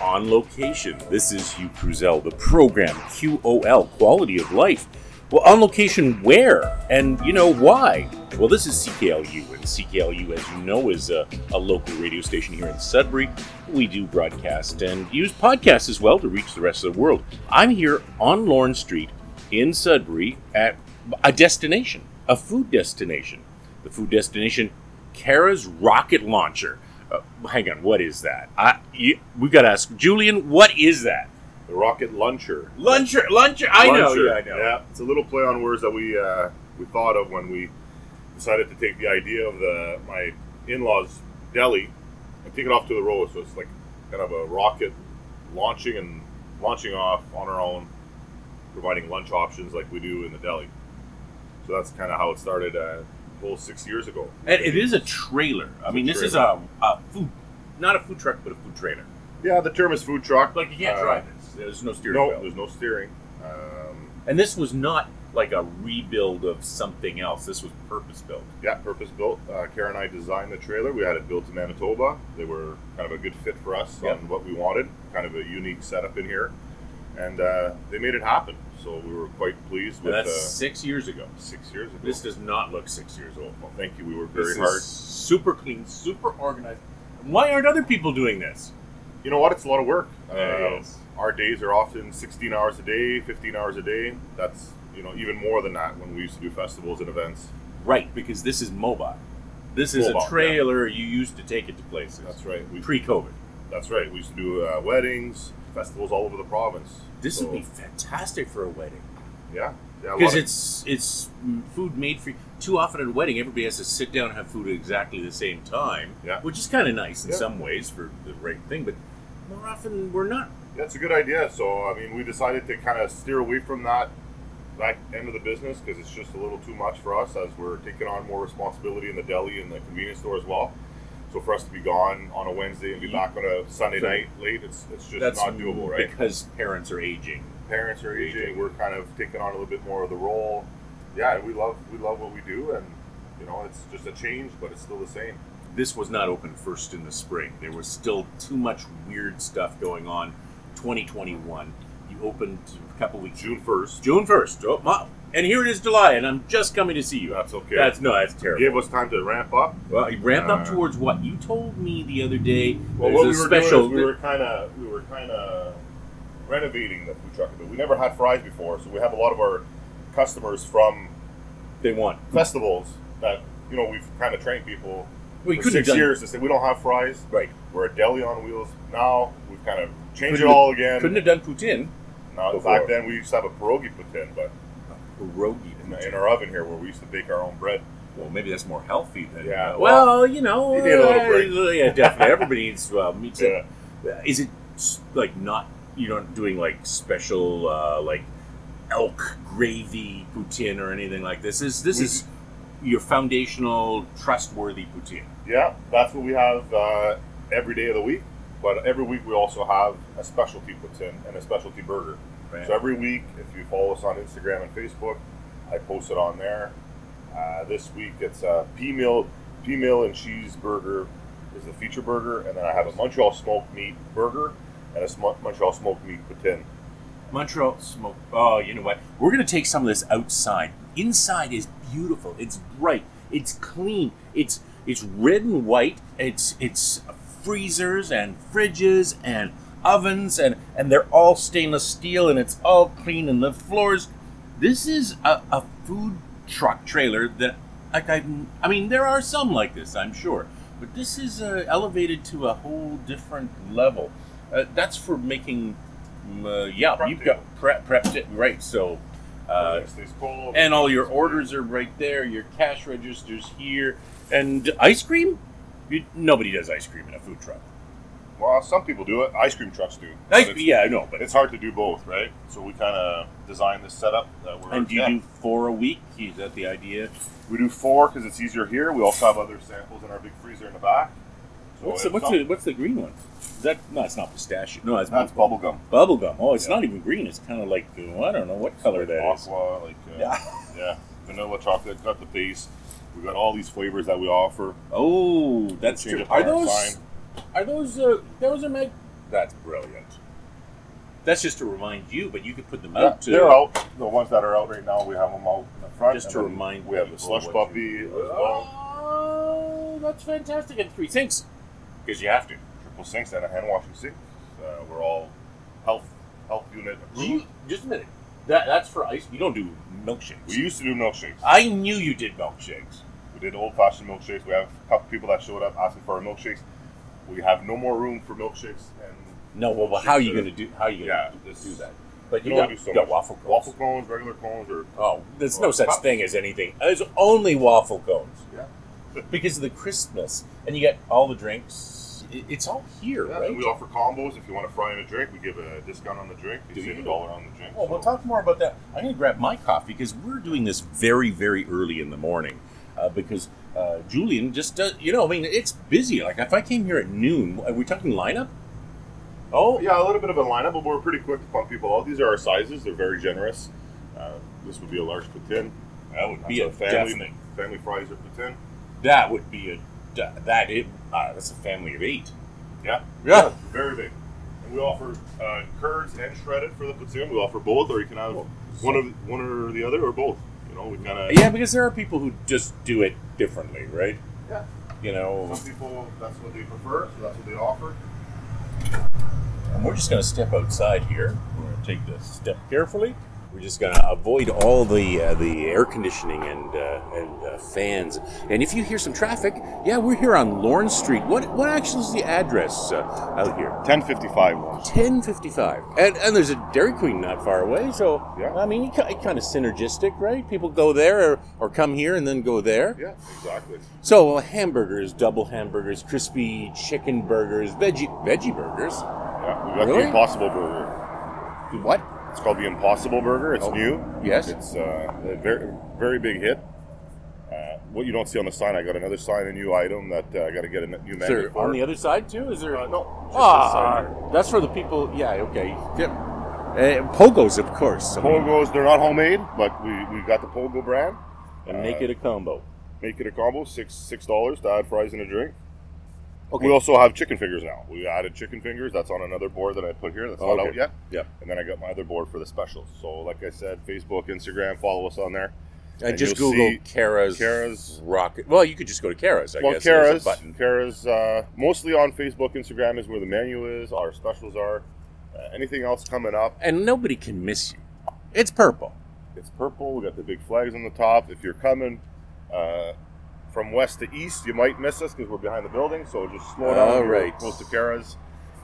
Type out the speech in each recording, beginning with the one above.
on location. This is Hugh Cruzel, the program QOL, Quality of Life. Well, on location where? And, you know, why? Well, this is CKLU, and CKLU, as you know, is a, a local radio station here in Sudbury. We do broadcast and use podcasts as well to reach the rest of the world. I'm here on Lawrence Street in Sudbury at a destination, a food destination. The food destination, Kara's Rocket Launcher. Uh, hang on, what is that? I you, we got to ask Julian, what is that? The rocket launcher. Luncher, luncher. I know, Launcher. yeah, I know. Yeah, it's a little play on words that we uh, we thought of when we decided to take the idea of the my in-laws deli and take it off to the road. So it's like kind of a rocket launching and launching off on our own, providing lunch options like we do in the deli. So that's kind of how it started. Uh, whole six years ago. And it is a trailer. I mean, this is a, a food, not a food truck, but a food trailer. Yeah, the term is food truck. Like you can't Uh, drive this. There's no steering no, wheel. there's no steering. Um, And this was not like a rebuild of something else. This was purpose built. Yeah, purpose built. Uh, Kara and I designed the trailer. We had it built in Manitoba. They were kind of a good fit for us Yeah. on what we wanted. Kind of a unique setup in here, and uh, they made it happen. So we were quite pleased with. That's Uh, six years ago. six years ago. This does not look six years old. well, thank you. We worked This very is hard. super clean, super organized. Why aren't other people doing this? You know what? It's a lot of work. It Uh, is. our days are often 16 hours a day, 15 hours a day. That's you know even more than that when we used to do festivals and events. Right, because this is mobile. This is Mobile, yeah. a trailer you used to take it to places. That's right. We Pre-COVID. that's right. We used to do uh, weddings, festivals all over the province. This So, would be fantastic for a wedding. yeah. Yeah, a lot because of- it's it's food made for you. Too often at a wedding, everybody has to sit down and have food at exactly the same time, Yeah. which is kind of nice in Yeah. some ways for the right thing. But more often, we're not. That's a good idea. So, I mean, we decided to kind of steer away from that back end of the business because it's just a little too much for us as we're taking on more responsibility in the deli and the convenience store as well. So, for us to be gone on a Wednesday and be back on a Sunday So- night late, it's, it's just that's not doable, right? Because parents are aging. Parents are aging. We're kind of taking on a little bit more of the role. Yeah, we love we love what we do, and you know, it's just a change, but it's still the same. This was not open first in the spring. There was still too much weird stuff going on. 2021. You opened a couple weeks. June first. June 1st. Oh, my, and here it is July, and I'm just coming to see you. That's okay. That's no, that's terrible. Gave us time to ramp up. Well, you ramped up Uh, towards what you told me the other day. Well, There's what a we were special. doing is we were kind of we were kind of renovating the food truck a bit. We never had fries before, so we have a lot of our customers from they want. festivals that you know we've kind of trained people We for six years to say we don't have fries. right. We're a deli on wheels now. We've kind of changed Couldn't it all again. Couldn't have done poutine. now, before. back then we used to have a pierogi put in, but Pierogi. in, in our oven here where we used to bake our own bread. uh, Well, maybe that's more healthy than. Yeah, well, you know. you need a little uh, break. yeah, definitely. Everybody needs uh, meats. Yeah. and- uh, Is it s- like not? You're not doing like special uh, like elk gravy poutine or anything like this. Is this We- is your foundational trustworthy poutine? Yeah, that's what we have uh, every day of the week. But every week we also have a specialty puts in and a specialty burger. Right. So every week, if you follow us on Instagram and Facebook, I post it on there. Uh, this week it's a pea meal, pea meal and cheese burger is the feature burger, and then I have a Montreal smoked meat burger and a sm- Montreal smoked meat poutine. Montreal smoke. Oh, you know what? We're gonna take some of this outside. Inside is beautiful. It's bright. It's clean. It's it's red and white. It's it's freezers and fridges and ovens and and they're all stainless steel and it's all clean and the floors. This is a, a food truck trailer that like I I mean there are some like this I'm sure, but this is uh, elevated to a whole different level. Uh, that's for making. mm, Uh, yeah, Prep you've table. got prep prepped it right. So, uh, It stays cold. and all your orders are right there. Your cash registers here, and ice cream. You, nobody does ice cream in a food truck. Well, some people do it. Ice cream trucks do. But Ice, it's- yeah, I know, But but it's hard to do both, right? So we kind of designed this setup. That we're and do you yeah. do four a week? Is that the idea? We do four because it's easier here. We also have other samples in our big freezer in the back. So What's if the, what's some- the what's the green one? Is that no? It's not pistachio. No, it's That's bubblegum. bubble gum. Oh, it's Yeah. not even green. It's kind of like oh, I don't know what color that is. Aqua, like uh, Yeah. yeah, vanilla chocolate. Got the base. We got all these flavors that we offer. Oh, that's Change true. up Are our those sign. are those uh, those are made That's brilliant. That's just to remind you, but you could put them Yeah, out too. they're out. The ones that are out right now, we have them out in the front. Just and to then remind we have the people slush what uh, puppy as well. Oh, that's fantastic. And three sinks. Because you have to. Triple sinks and a hand washing sink. Uh, we're all health health unit Do approved. you, just a minute. That, that's for ice. You don't do milkshakes. We used to do milkshakes. I knew you did milkshakes. We did old fashioned milkshakes. We have a couple people that showed up asking for our milkshakes. We have no more room for milkshakes and No, well, well how are you going to do? How are you going Yeah, to this- do that? But you you don't got, do so you got much. waffle cones. waffle cones, regular cones, or Oh, there's no Well, such pop- thing as anything. There's only waffle cones. Yeah. because of the crispness, and you get all the drinks. I- It's all here, Yeah, right? and we offer combos. If you want to fry in a drink, we give a discount on the drink. You Do save you? a dollar on the drink. Well, we'll So- talk more about that. I'm going to grab my coffee because we're doing this very, very early in the morning. Uh, because uh, Julian just does, you know, I mean, it's busy. Like, if I came here at noon, are we talking lineup? Oh, Yeah, a little bit of a lineup, but we're pretty quick to pump people out. These are our sizes; they're very generous. Uh, this would be a large patin. that would be a That's family definite. family fries or patin. That would be a da- that it uh, that's a family of eight. Yeah, Yeah. very big. And we offer uh, curds and shredded for the patin. We offer both, or you can have one of one or the other, or both. You know, we kind of Yeah, because there are people who just do it differently, right? Yeah. You know, Some people that's what they prefer, so that's what they offer. and we're just going to step outside here. We're going to take this step carefully. We're just going to avoid all the uh, the air conditioning and uh, and uh, fans. And if you hear some traffic, yeah, we're here on Lawrence Street. What what actually is the address uh, out here? Ten fifty-five ones. 1055 and and there's a dairy queen not far away so Yeah. i mean you ki- kind of synergistic right people go there or, or come here and then go there Yeah, exactly. so uh, hamburgers double hamburgers crispy chicken burgers veggie veggie burgers Yeah, we got Really? the Impossible Burger. what It's called the Impossible Burger. It's Oh. new. yes It's uh, a very, very big hit. Uh, what you don't see on the sign, I got another sign, a new item that uh, I got to get a n- new is menu there for. on the other side too is there Uh, no, just this ah side here. that's for the people yeah okay yep. Uh, pogos of course I mean, Pogos, they're not homemade, but we, we got the Pogo brand. and make it a combo Make it a combo, six six dollars to add fries and a drink. okay We also have chicken fingers now. We added chicken fingers. That's on another board that I put here. That's not Okay. out yet. Yep. And then I got my other board for the specials. So, like I said, Facebook, Instagram, follow us on there. I and just you'll Google see Kara's Kara's- rocket. Well, you could just go to Kara's. I well, guess there's a Kara's, button. Kara's uh, mostly on Facebook, Instagram is where the menu is, our specials are. Uh, anything else coming up? and nobody can miss you. It's purple. It's purple. We got the big flags on the top. If you're coming uh, from west to east, you might miss us because we're behind the building. So just slow down. All You're right. Close to Kara's.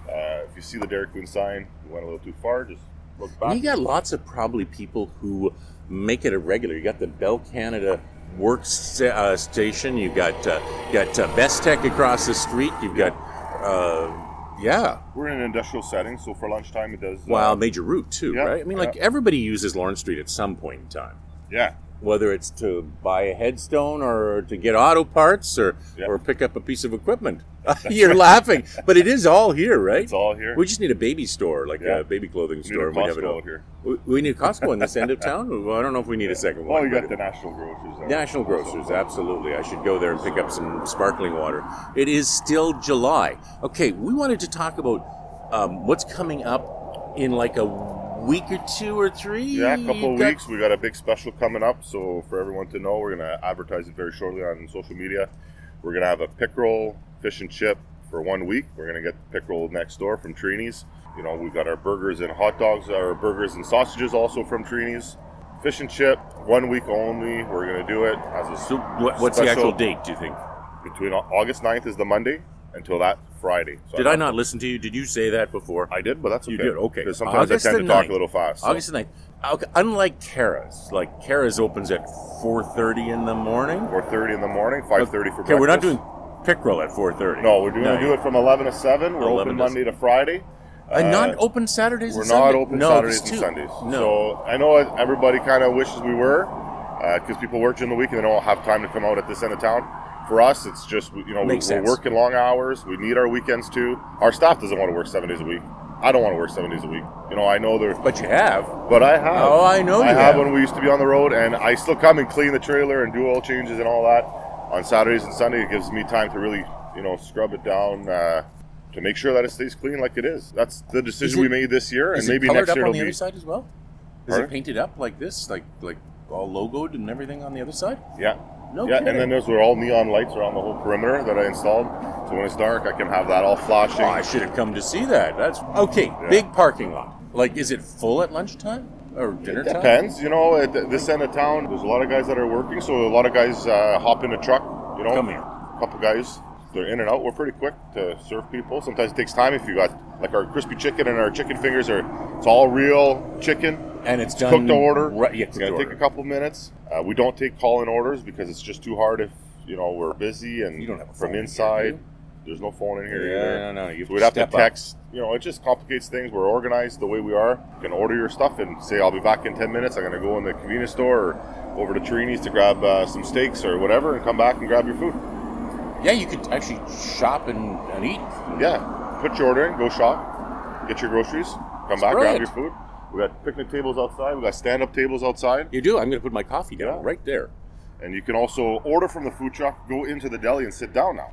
Uh, if you see the Dairy Queen sign, you went a little too far. Just look And back. you got lots of probably people who make it a regular. You got the Bell Canada work sta- uh, station. You got uh, you got uh, Best Tech across the street. You've got uh, yeah, We're in an industrial setting, so for lunchtime it does. uh, wow, major route too, Yeah, right? I mean, like everybody uses Lawrence Street at some point in time. yeah. Whether it's to buy a headstone or to get auto parts or, Yeah. or pick up a piece of equipment, you're laughing, but it is all here, right? It's all here. We just need a baby store, like Yeah. a baby clothing We need a store. and we'd have it Costco all. out here. We, we need Costco on this end of town. Well, I don't know if we need a second Well, one. Oh, you got but the national grocers. there. National Grocers, absolutely. I should go there and pick up some sparkling water. It is still July. Okay, we wanted to talk about um, what's coming up in like a week or two or three. Yeah, a couple You've of got- weeks. We got a big special coming up. So for everyone to know, we're gonna advertise it very shortly on social media. We're gonna have a pickerel fish and chip for one week. We're gonna get the pickerel next door from Trini's. You know, we've got our burgers and hot dogs, our burgers and sausages also from Trini's. Fish and chip, one week only. We're gonna do it as a So, soup what, what's the Special- actual date? Do you think? between Au- August 9th is the Monday until that Friday. So Did I not listen to you? Did you say that before? I did, but that's okay. You did, okay. 'Cause sometimes August I the tend to talk 9th. a little fast. so- August 9th. Okay, unlike Kara's, like Kara's opens at four thirty in the morning. Four thirty in the morning, five thirty for breakfast. Okay, we're not doing pickerel at 4:30. No, we're going No, to do it from 11 to 7. We're 11 open to Monday to Friday. And not Uh, open Saturdays. We're and not Sunday- open no, Saturdays it's and too- Sundays. No, So I know everybody kind of wishes we were because people work during the week and they don't have time to come out at this end of town. For us, it's just, you know, Makes we, we're sense. working long hours. We need our weekends too. Our staff doesn't want to work seven days a week. I don't want to work seven days a week. You know, I know they're, but you have. but I have. Oh, I know I you have have. when we used to be on the road, and I still come and clean the trailer and do oil changes and all that on Saturdays and Sunday. It gives me time to really, you know, scrub it down, uh, to make sure that it stays clean like it is. That's the decision it- we made this year, and Is it maybe colored next up year on it'll the be. other side as well? Is Pardon? it painted up like this, like like all logoed and everything on the other side? Yeah, No yeah, kidding. and then those were all neon lights around the whole perimeter that I installed. So when it's dark, I can have that all flashing. Oh, I should have come to see that. That's okay. Big parking lot. Like, is it full at lunchtime or dinner It time? depends, you know. At th- this end of town, there's a lot of guys that are working, so a lot of guys uh, hop in a truck. You know, Come here. couple guys. They're in and out. We're pretty quick to serve people. Sometimes it takes time if you got like our crispy chicken and our chicken fingers are. It's all real chicken. And it's done. Cooked to order. Right, yeah, It's cooked to gonna order. take a couple minutes. Uh, we don't take call-in orders because it's just too hard if you know we're busy and You don't have a phone from in here, inside. do you? there's no phone in Yeah, here no, either. no. You So we'd have to step up. text. You know, it just complicates things. We're organized the way we are. You can order your stuff and say, I'll be back in 10 minutes. I'm going to go in the convenience store or over to Trini's to grab uh, some steaks or whatever and come back and grab your food. Yeah, you could actually shop and, and eat. Yeah. Put your order in, go shop, get your groceries, come That's back, grab brilliant. your food. We got picnic tables outside. We got stand up tables outside. You do. I'm going to put my coffee down Yeah. right there. And you can also order from the food truck, go into the deli and sit down now.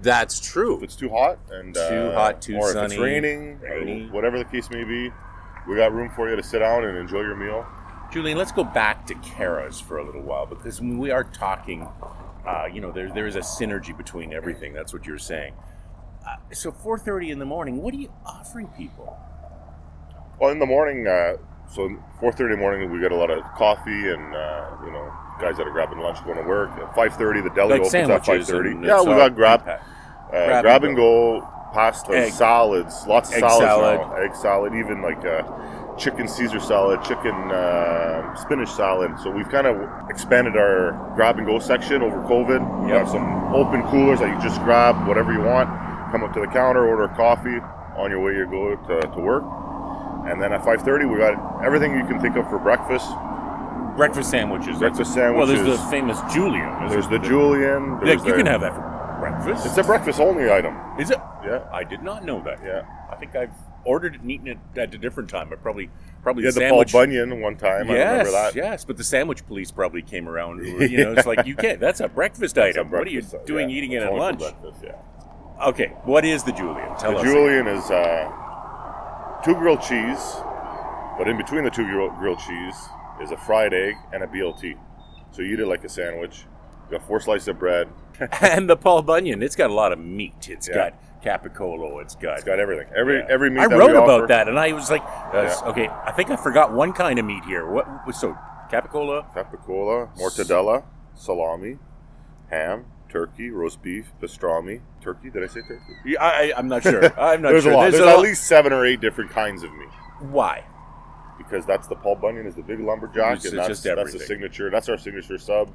That's true. If it's too hot and Too uh, hot, too or if it's sunny, raining, or rainy. whatever the case may be, we got room for you to sit down and enjoy your meal. Julian, let's go back to Kara's for a little while because when we are talking, uh, you know, there there is a synergy between everything. That's what you're saying. Uh, so 4:30 in the morning, what are you offering people? Well, in the morning, uh, so four thirty in the morning, we get a lot of coffee and uh, you know guys that are grabbing lunch going to work. At five thirty, the deli Like opens at five sandwiches. thirty. and Yeah, it's we all got grab, uh, prepacked. grab, and go, pasta, Egg. salads, lots of Egg salads salad. now. egg salad, even like uh, chicken Caesar salad, chicken uh, spinach salad. So we've kind of expanded our grab and go section over COVID. We Yep. have some open coolers that you just grab whatever you want, come up to the counter, order a coffee. On your way, you go to, to work. And then at 5:30, we got everything you can think of for breakfast. breakfast sandwiches. Breakfast Well, there's the sandwiches. famous Julian. isn't There's the there? julienne. Yeah, There's you the- can have that for breakfast. It's a breakfast only item. Is it? Yeah, I did not know that. yeah. I think I've ordered it and eaten it at a different time. I probably probably You had the Paul sandwich. Bunyan one time. I remember yes, that. yes, but the sandwich police probably came around. who were, You know, it's like you can't. That's a breakfast It's a item. what are you breakfast, uh, doing yeah, eating it's it at only for lunch? breakfast, yeah. Okay, what is the Julian? Tell the us. julienne is uh, two grilled cheese, but in between the two grill- grilled cheese is a fried egg and a BLT. So you eat it like a sandwich. You got four slices of bread. and the Paul Bunyan. It's got a lot of meat. It's Yeah. got capicolo. It's got. It's got everything. Every Yeah. every meat I that wrote we about offer- that, and I was like, uh, Yeah. okay, I think I forgot one kind of meat here. What was so capicola? capicola, mortadella, salami, ham, turkey, roast beef, pastrami, turkey. Did I say turkey? Yeah, I, I, I'm not sure. I'm not There's sure. a lot. There's, a at lot. least seven or eight different kinds of meat why? because that's the Paul Bunyan is the big lumberjack, It's- it's and that's just that's the everything. signature. That's our signature sub.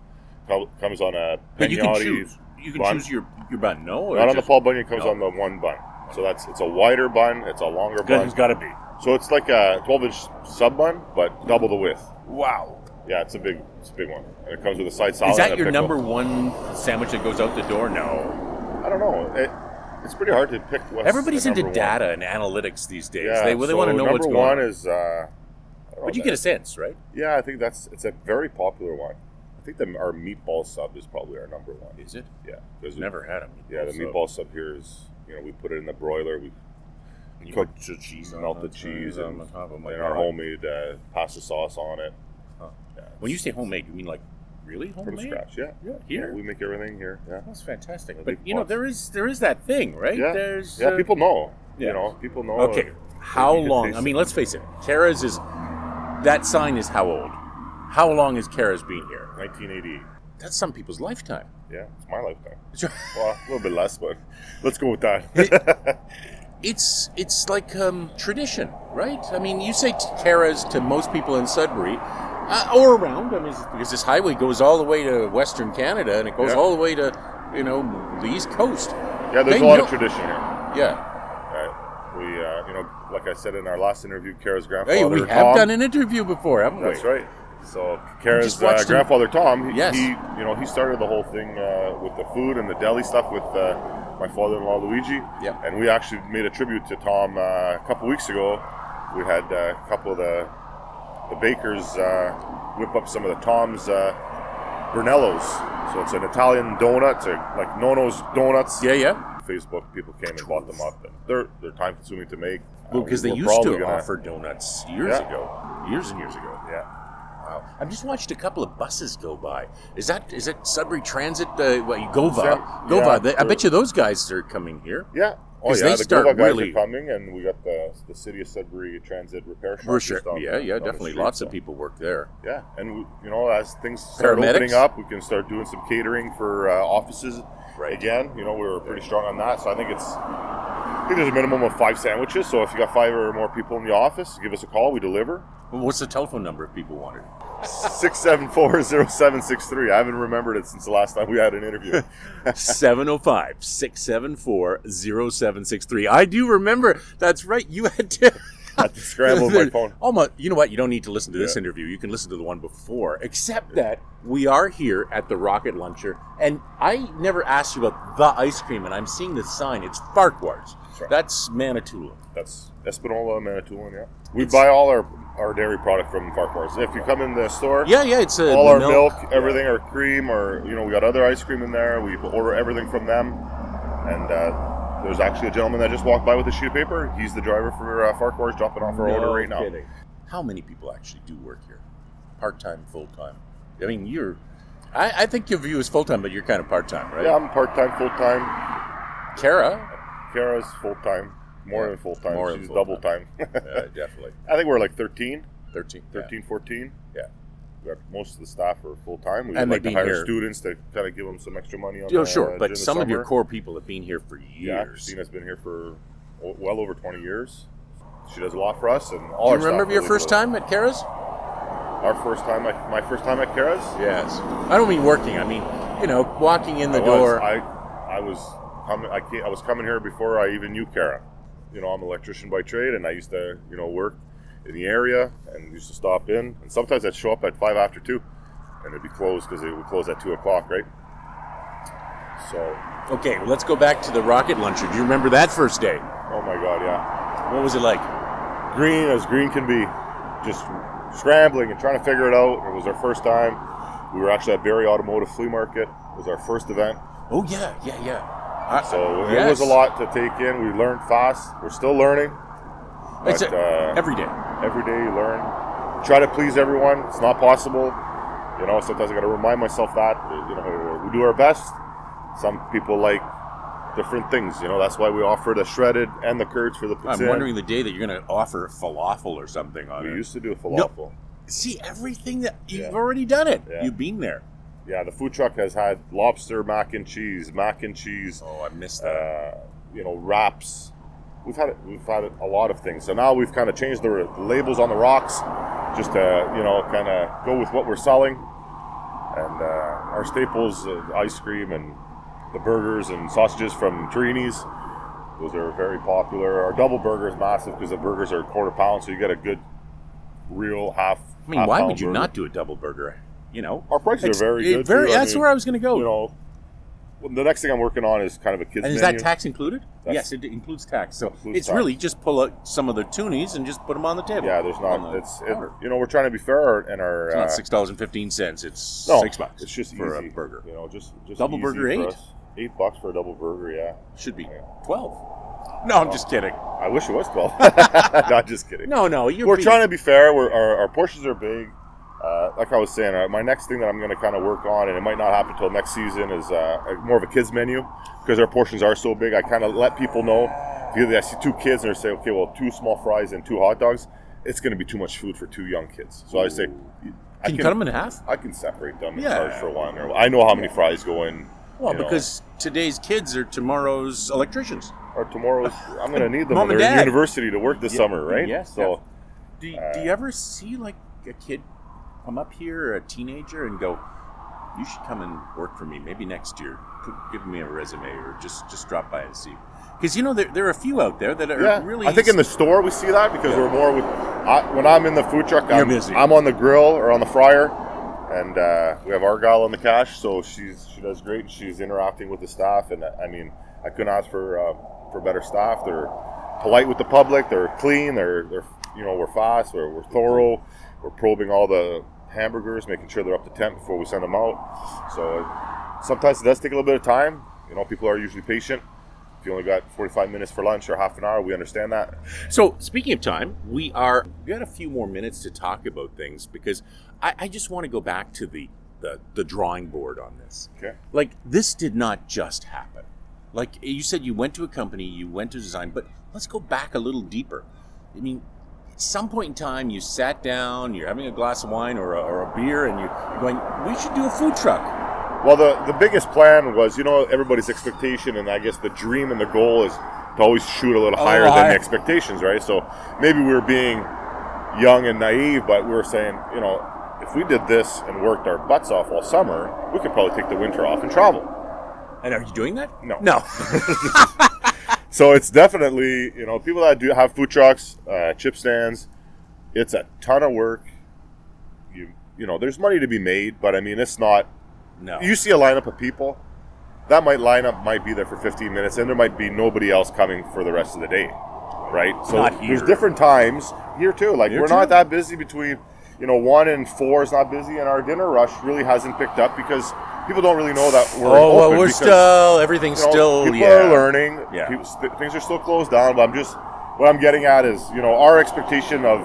Com- Comes on a But you can penne choose. You can bun. choose your your bun. No, or Not on the just- Paul Bunyan. Comes No. on the one bun. So that's it's a wider bun. It's a longer Good, bun. It's got to be. So it's like a 12-inch sub bun, but double the width. Wow. Yeah, it's a big, it's a big one. And it comes with a side salad. Is that and a your pickle. number one sandwich that goes out the door? No. I don't know. It, it's pretty hard to pick. What's Everybody's the into number one. data and analytics these days. Yeah, they well, they want to so know what's number going on. one is. Uh, I don't But know, you get a sense, right? Yeah, I think that's it's a very popular one. I think the, our meatball sub is probably our number one. Is it? Yeah, there's a- Never had them. yeah, the meatball sub here is you know we put it in the broiler. We You cooked put the cheese, on melt it, the that's cheese right, and- on top of and our homemade uh, pasta sauce on it. Huh. Yeah, When you it's say homemade, you mean like really from homemade? scratch, yeah, Yeah, Yeah, here. we make everything here. Yeah, That's fantastic. That'd But be you know, fun. there is there is that thing, right? Yeah. There's yeah, uh, people know. yeah. You know, people know. Okay, how you can long? taste I mean, let's face it. Kara's is that sign is how old? How long has Kara's been here? 1980. That's some people's lifetime. Yeah, it's my lifetime. So- Well, a little bit less, but let's go with that. It's it's like um, tradition, right? I mean, you say t- Kara's to most people in Sudbury. Uh, or around, I mean, because this highway goes all the way to Western Canada and it goes Yeah. all the way to, you know, the East Coast. yeah, there's They a lot know- of tradition here. Yeah. Right. We, uh, you know, like I said in our last interview, Kara's grandfather. Hey, we have Tom, done an interview before, haven't we? That's right. So Kara's just uh, watched him- grandfather Tom. He, Yes. he, you know, he started the whole thing uh, with the food and the deli stuff with uh, my father-in-law Luigi. Yeah. And we actually made a tribute to Tom uh, a couple weeks ago. We had uh, a couple of the the bakers uh, whip up some of the Tom's uh, Brunello's. So it's an Italian donut, or like Nono's donuts. Yeah, yeah. Facebook people came and bought them up. And they're they're time consuming to make. Uh, Well, because they we're used probably to gonna- offer donuts years Yeah. ago, years and years ago. Yeah. Wow. I've just watched a couple of buses go by. Is that is it Sudbury Transit? Uh, well, Gova, Yeah, Gova. yeah, they, I they're- bet you those guys are coming here. Yeah. Oh 'Cause yeah, they the start Gova guys really- are coming, and we got the the city of Sudbury transit repair shop. For just sure. down- Yeah, yeah, down the definitely. street, Lots of so- people work there. Yeah, and we, you know, as things start Paramedics? opening up, we can start doing some catering for uh, offices Right. again. You know, we were pretty strong on that, so I think it's. I think there's a minimum of five sandwiches. So if you got five or more people in the office, give us a call. We deliver. Well, what's the telephone number if people wanted? it? Six seven four zero seven six three. I haven't remembered it since the last time we had an interview. 705 674 0763. I do remember. That's right. You had to. I had to scramble my phone. Almost, you know what? You don't need to listen to this Yeah. interview. You can listen to the one before, except that we are here at the Rocket Luncher, and I never asked you about the ice cream, and I'm seeing this sign. It's Farquhar's. That's right. That's Manitoulin. That's Espanola, Manitoulin. Yeah, we It's- buy all our our dairy product from Farquhar's. If you come in the store, Yeah, yeah. It's a, all the our milk, everything, our cream, or you know, we got other ice cream in there. We order everything from them. And uh, there's actually a gentleman that just walked by with a sheet of paper. He's the driver for uh, Farquhar's, dropping off our No order right now. kidding. How many people actually do work here? Part time, full time? I mean, you're. I, I think your view is full time, but you're kind of part time, right? Yeah, I'm part time, full time. Kara? Kara's full time, more Yeah, than full time. more than She's full-time. double time. uh, definitely. I think we're like 13, 13. yeah. 13, 14. Yeah. We got most of the staff are full time. We And like they've to been hire here- students to kind of give them some extra money. On Oh, the- sure. during But the some of your Uh, summer. core people have been here for Yeah, years. Christina's been here for w- well over 20 years. She does a lot for us, and all. do our you remember staff your really first does. time at Kara's? Our first time, at, my first time at Kara's. Yes. I don't mean working. I mean, you know, walking in the I was- door. I, I was coming. I, ca- I was coming here before I even knew Kara. You know, I'm an electrician by trade, and I used to, you know, work in the area, and used to stop in. And sometimes I'd show up at five after two, and it'd be closed because it would close at two o'clock, right? So, okay, well, let's go back to the rocket luncher. Do you remember that first day? oh my God, yeah. What was it like? green as green can be, just scrambling and trying to figure it out. It was our first time. We were actually at Barry Automotive Flea Market. It was our first event, Oh, yeah, yeah, yeah. I- so it yes. was a lot to take in. We learned fast. We're still learning, It's but a- uh, every day. every day you learn. Try to please everyone. It's not possible. You know, sometimes I got to remind myself that you know we do our best. Some people like different things. You know, that's why we offer the shredded and the curds for the I'm pizza. wondering the day that you're going to offer falafel or something on We it. used to do a falafel. See everything that you've Yeah. already done it. Yeah. You've been there. Yeah, the food truck has had lobster mac and cheese, mac and cheese, Oh, I missed that. uh, you know, wraps. We've had we've had a lot of things. So now we've kind of changed the the labels on the rocks, just to you know, kind of go with what we're selling, and uh, our staples, uh, ice cream and the burgers and sausages from Trini's. Those are very popular. Our double burger is massive because the burgers are a quarter pound, so you get a good, real half. I mean, why would you not do a double burger? You know, Our prices It's- are very it- good. very- too. I that's mean- where I was going to go. you know, well, the next thing I'm working on is kind of a kids and is menu. that tax included? That's- yes, it includes tax. So Includes it's tax. really just pull out some of the toonies and just put them on the table. yeah, there's on not. the It's it, counter. you know we're trying to be fair and our It's uh, not six dollars and fifteen cents. It's no, six bucks. It's just for easy. a burger. You know, just just Double easy burger for eight. us. Eight bucks for a double burger. Yeah, Should be Yeah. Oh. twelve. No, I'm just kidding. I wish it was twelve. not just kidding. No, no, you're we're being- trying to be fair. We're, our, our portions are big. Uh, like I was saying, uh, my next thing that I'm going to kind of work on, and it might not happen till next season, is uh, a- more of a kids menu because our portions are so big. I kind of let people know. If you- I see two kids and they say, okay, well, two small fries and two hot dogs, it's going to be too much food for two young kids. So I say, I Can you cut them in half? I can separate them and Yeah. charge for one. Or I know how many fries go in. Well, you know. because today's kids are tomorrow's electricians. or tomorrow's, I'm going to need them. Mom They're and in Dad. university to work this Ye- summer, right? yes, So. uh, def- Do you, do you ever see like a kid come up here, a teenager, and go, "You should come and work for me. Maybe next year. Put, give me a resume, or just just drop by and see." Because you know there, there are a few out there that are really. I think in the store we see that because Yeah. we're more with. I, when I'm in the food truck, You're I'm, busy. I'm on the grill or on the fryer, and uh, we have Argyle on the cash, so she's she does great. She's interacting with the staff, and uh, I mean, I couldn't ask for uh, for better staff. They're polite with the public. They're clean. They're they're you know we're fast. We're, we're thorough. We're probing all the hamburgers, making sure they're up to temp before we send them out. So uh, sometimes it does take a little bit of time. You know, people are usually patient. If you only got 45 minutes for lunch or half an hour, we understand that. So speaking of time, we are we got a few more minutes to talk about things because I, I just want to go back to the, the the drawing board on this. Okay. Like this did not just happen. Like you said, you went to a company, you went to design, but let's go back a little deeper. I mean, at some point in time, you sat down, you're having a glass of wine or a, or a beer, and you- you're going, "We should do a food truck." Well, the, the biggest plan was, you know, everybody's expectation, and I guess the dream and the goal is to always shoot a little Oh, higher than higher. expectations, right? So maybe we were being young and naive, but we were saying, you know, if we did this and worked our butts off all summer, we could probably take the winter off and travel. And are you doing that? No. No. So it's definitely, you know, people that do have food trucks, uh, chip stands, it's a ton of work. You you know, there's money to be made, but I mean, it's not. no. You see a lineup of people, that might lineup might be there for 15 minutes, and there might be nobody else coming for the rest of the day, right? So Not here. there's different times here too. Like Here we're too. not that busy between, you know, one and four is not busy, and our dinner rush really hasn't picked up because people don't really know that we're oh well, open we're because- still everything's you know, still people yeah. are learning. Yeah. People, st- things are still closed down, but I'm just what I'm getting at is you know our expectation of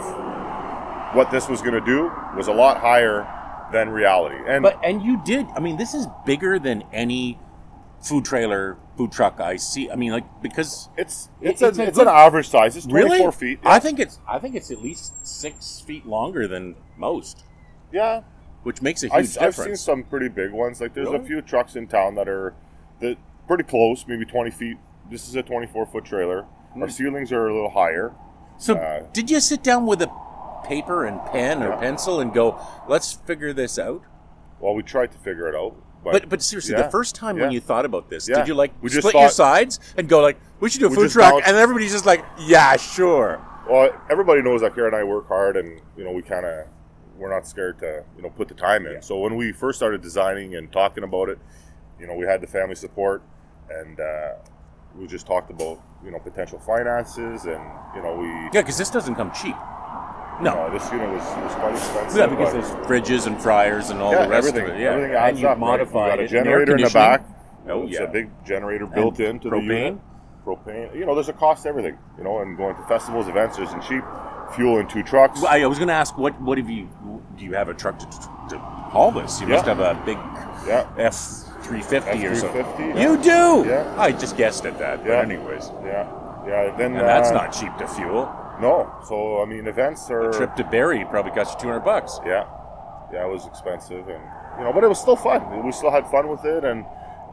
what this was going to do was a lot higher than reality, and But and you did. I mean, this is bigger than any food trailer, food truck I see. I mean, like because it's it- it's, a, it's it's, a an good- average size. It's 24 really, feet. I think it's I think it's at least six feet longer than most, yeah, which makes a I, huge have seen difference. some pretty big ones. Like there's Really? a few trucks in town that are that pretty close, maybe 20 feet. This is a 24 foot trailer. Hmm. Our ceilings are a little higher. so, uh, did you sit down with a paper and pen or Yeah. pencil and go, "Let's figure this out"? Well, we tried to figure it out, but, But but seriously, yeah, the first time when yeah. you thought about this, Yeah. did you like We just split your thought- sides and go like, "We should do a We food just truck," bounced- and everybody's just like, "Yeah, sure." Well, everybody knows that Kara and I work hard, and you know we kind of we're not scared to you know put the time in. Yeah. So when we first started designing and talking about it, you know we had the family support, and uh, we just talked about you know potential finances, and you know we Yeah, because this doesn't come cheap. you No, know, Uh, this unit was, was quite expensive. Yeah, because there's but- fridges and fryers and all Yeah, the rest everything, of it. Yeah, everything and adds you've up. right? modified you got a it. and air generator in the conditioning. back. Oh, it's yeah. a big generator built And into the propane. unit. Propane. You know, there's a cost to everything. You know, and going to festivals, events, there's some cheap fuel in two trucks. Well, I I was going to ask, what what have you? Do you have a truck to, to haul this? You must Yeah. have a big yeah. F three fifty or something. F350, yeah. You do. Yeah. I just guessed at that. But Yeah. anyways, Yeah, yeah. Then and that's uh, not cheap to fuel. no. So I mean, events are A trip to Barrie probably cost you two hundred bucks. yeah, yeah. It was expensive, and you know, but it was still fun. We still had fun with it, and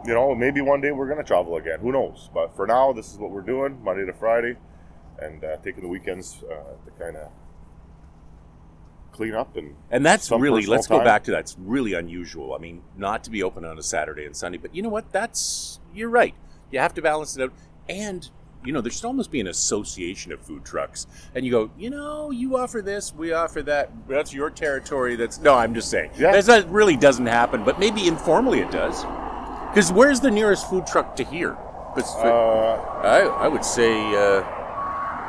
you know, maybe one day we're gonna travel again. Who knows? But for now, this is what we're doing: Monday to Friday, and uh, taking the weekends uh, to kind of clean up and And that's Some really personal let's go time. back to that's really unusual. I mean, not to be open on a Saturday and Sunday, but you know what? That's you're right. You have to balance it out. And you know, there should almost be an association of food trucks. And you go, you know, you offer this, we offer that. That's your territory. That's no, I'm just saying. Yeah. That's, that really doesn't happen, but maybe informally it does. Because where's the nearest food truck to here? It's- uh, I, I would say uh,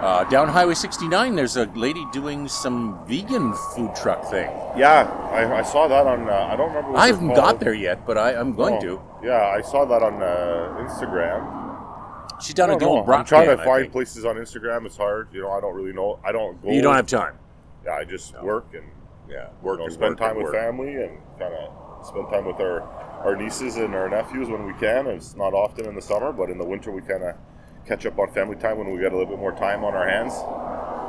uh, down Highway 69, there's a lady doing some vegan food truck thing. yeah. I, I saw that on. Uh, I don't remember. What I they're haven't got called. there yet, but I, I'm going Oh, Yeah, I saw that on uh, Instagram. to. She's down I at don't Golden know. Brock. I'm trying Dam, to I find think. places on Instagram. It's hard. You know, I don't really know. I don't go. You don't have time. Yeah, I just No. work and Yeah, work and spend time with family and kind of spend time with our our nieces and our nephews when we can. And it's not often in the summer, but in the winter we kind of catch up on family time when we got a little bit more time on our hands.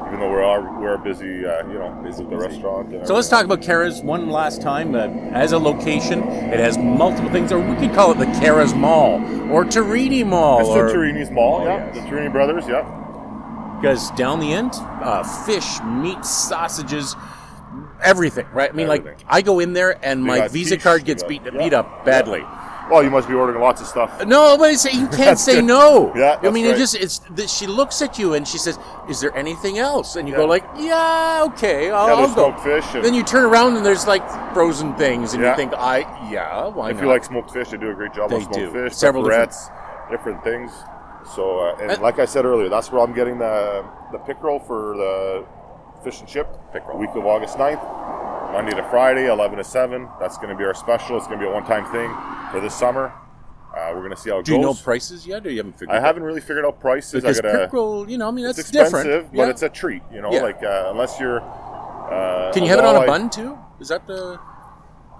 Even though we are we are busy, uh, you know, busy with the restaurant. And So let's everything. talk about Kara's one last time. Uh, as a location, it has multiple things, or we could call it the Kara's Mall or Tarini Mall, It's or the Torini's Mall, Oh, yeah. yes. The Torini Brothers, yeah. because down the end, uh, fish, meat, sausages, everything. Right? I mean, like Everything. I go in there and They my got Visa quiche, card they gets got- beat yeah, beat up badly. Well, you must be ordering lots of stuff. No, but it's, you can't say no. Yeah, I that's mean, it right. just it's that she looks at you and she says, "Is there anything else?" And you go Yeah. like, "Yeah, okay, I'll, yeah, I'll there's go." smoked fish. And Then you turn around and there's like frozen things, and you Yeah. think, "I yeah, why If not?" you like smoked fish, they do a great job on They smoked do. fish, Several several different- different, different things. So, uh, and And- like I said earlier, that's where I'm getting the the pickerel for the fish and chip. Pickerel. Week of August 9th. Monday to Friday, 11 to 7. That's going to be our special. It's going to be a one time thing for this summer. Uh, we're going to see how it Do you know goes. prices yet, or you haven't figured? I it haven't really figured out prices. out? because I gotta, pickerel. You know, I mean, that's it's expensive, different. but Yeah. it's a treat. You know, Yeah. like uh, unless you're. Uh, Can you have it on a walleye- bun too? Is that the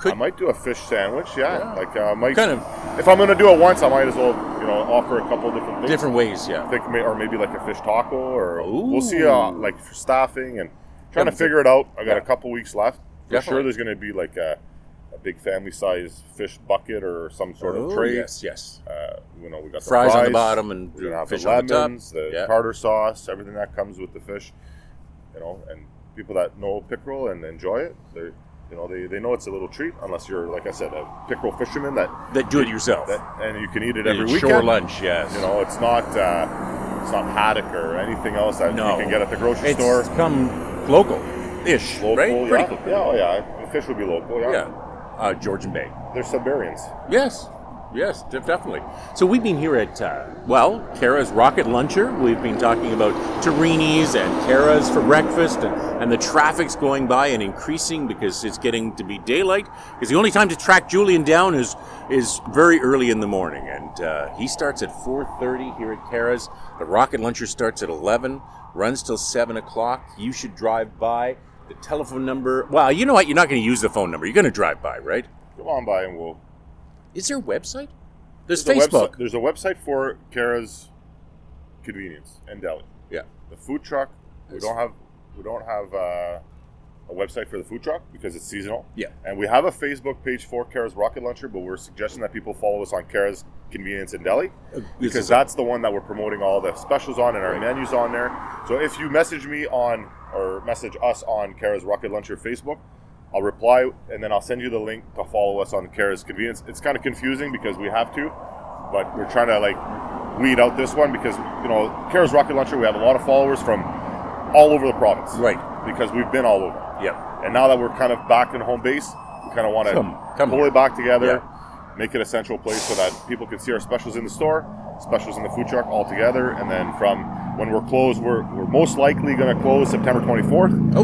I might do a fish sandwich. Yeah, Yeah. like uh, I might. kind of If I'm going to do it once, I might as well you know offer a couple different things. different ways? Yeah. I think may, or maybe like a fish taco, or Ooh. we'll see. Uh, like for staffing and trying to Definitely. figure it out. I got Yeah. a couple weeks left. For Definitely. sure, there's going to be like a, a big family size fish bucket or some sort Oh, of tray. Yes, yes. Uh, you know, we got the Fries, fries on the bottom and We're gonna have fish the on the top. lemons, the, Yeah. tartar sauce, everything that comes with the fish. You know, and people that know pickerel and enjoy it, they're you know they, they know it's a little treat. Unless you're like I said, a pickerel fisherman that, That do it yourself. that and you can eat it Yeah, every shore weekend. lunch. Yes. You know, it's not uh, it's not haddock or anything else that No. you can get at the grocery it's store. come local ish, Local, right? yeah, Pretty local. yeah, oh, yeah. The fish would be local. Yeah, Yeah. Uh, Georgian Bay. they're Siberians. Yes. Yes, de- definitely. So we've been here at, uh, well, Kara's Rocket Luncher. We've been talking about Torini's and Kara's for breakfast, and, and the traffic's going by and increasing because it's getting to be daylight. Because the only time to track Julian down is is very early in the morning, and uh, he starts at 4:30 here at Kara's. The Rocket Luncher starts at 11, runs till 7 o'clock. You should drive by. The telephone number. Well, you know what? You're not going to use the phone number. You're going to drive by, right? Come on by and we'll Is there a website? There's, There's a Facebook. website- there's a website for Kara's convenience and deli. Yeah. The food truck. We don't have we don't have uh, a website for the food truck because it's seasonal. Yeah. And we have a Facebook page for Kara's Rocket Launcher, but we're suggesting that people follow us on Kara's Convenience and Deli because that's the one that we're promoting all the specials on and our menus on there. So if you message me on or message us on Kara's Rocket Luncher Facebook, I'll reply and then I'll send you the link to follow us on Kara's Convenience. It's kind of confusing because we have to, but we're trying to like weed out this one because you know Kara's Rocket Luncher. We have a lot of followers from all over the province, right. Because we've been all over. Yeah. And now that we're kind of back in home base, we kind of want to Come- come pull on. it back together, make it a central place so that people can see our specials in the store, specials in the food truck all together. And then from when we're closed, we're, we're most likely going to close September 24th. Oh,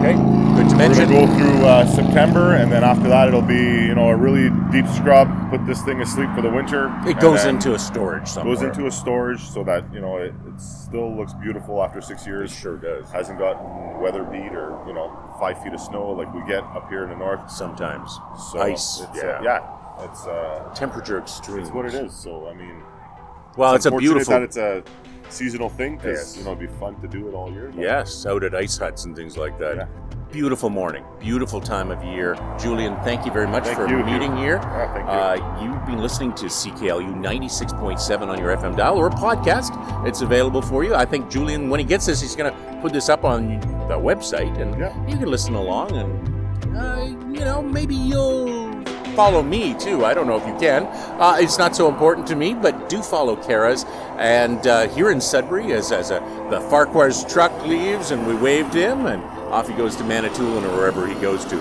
okay. Good to We're going mention. to go through uh, September, and then after that, it'll be you know a really deep scrub. Put this thing asleep for the winter. It and goes then into a storage somewhere. goes into a storage so that you know it, it still looks beautiful after six years. sure does Hasn't gotten weather beat or you know five feet of snow like we get up here in the north. sometimes. So Ice. It's, yeah. uh, yeah. It's uh, Temperature extreme. it's what it is. So I mean, Well, Uh, it's, a unfortunate beautiful. that it's a seasonal thing because Yes. you know it'd be fun to do it all year. but- yes, out at ice huts and things like that. Yeah. Beautiful morning. Beautiful time of year. Julian, thank you very much Thank for you. meeting here. Yeah, thank you. Uh, you've been listening to CKLU 96.7 on your FM dial or podcast. It's available for you. I think Julian, when he gets this, he's going to put this up on the website and Yeah. you can listen along and, uh, you know, maybe you'll follow me too. I don't know if you can. Uh, it's not so important to me, but do follow Kara's. And uh, here in Sudbury, as, as uh the Farquhar's truck leaves and we waved him, and off he goes to Manitoulin or wherever he goes to.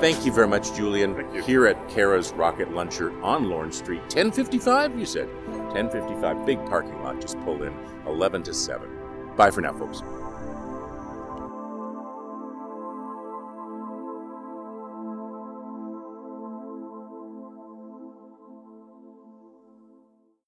Thank you very much, Julian. Thank you. Here at Kara's Rocket Luncher on Lawrence Street, 1055, you said? 1055, big parking lot, just pull in, 11 to 7. Bye for now, folks.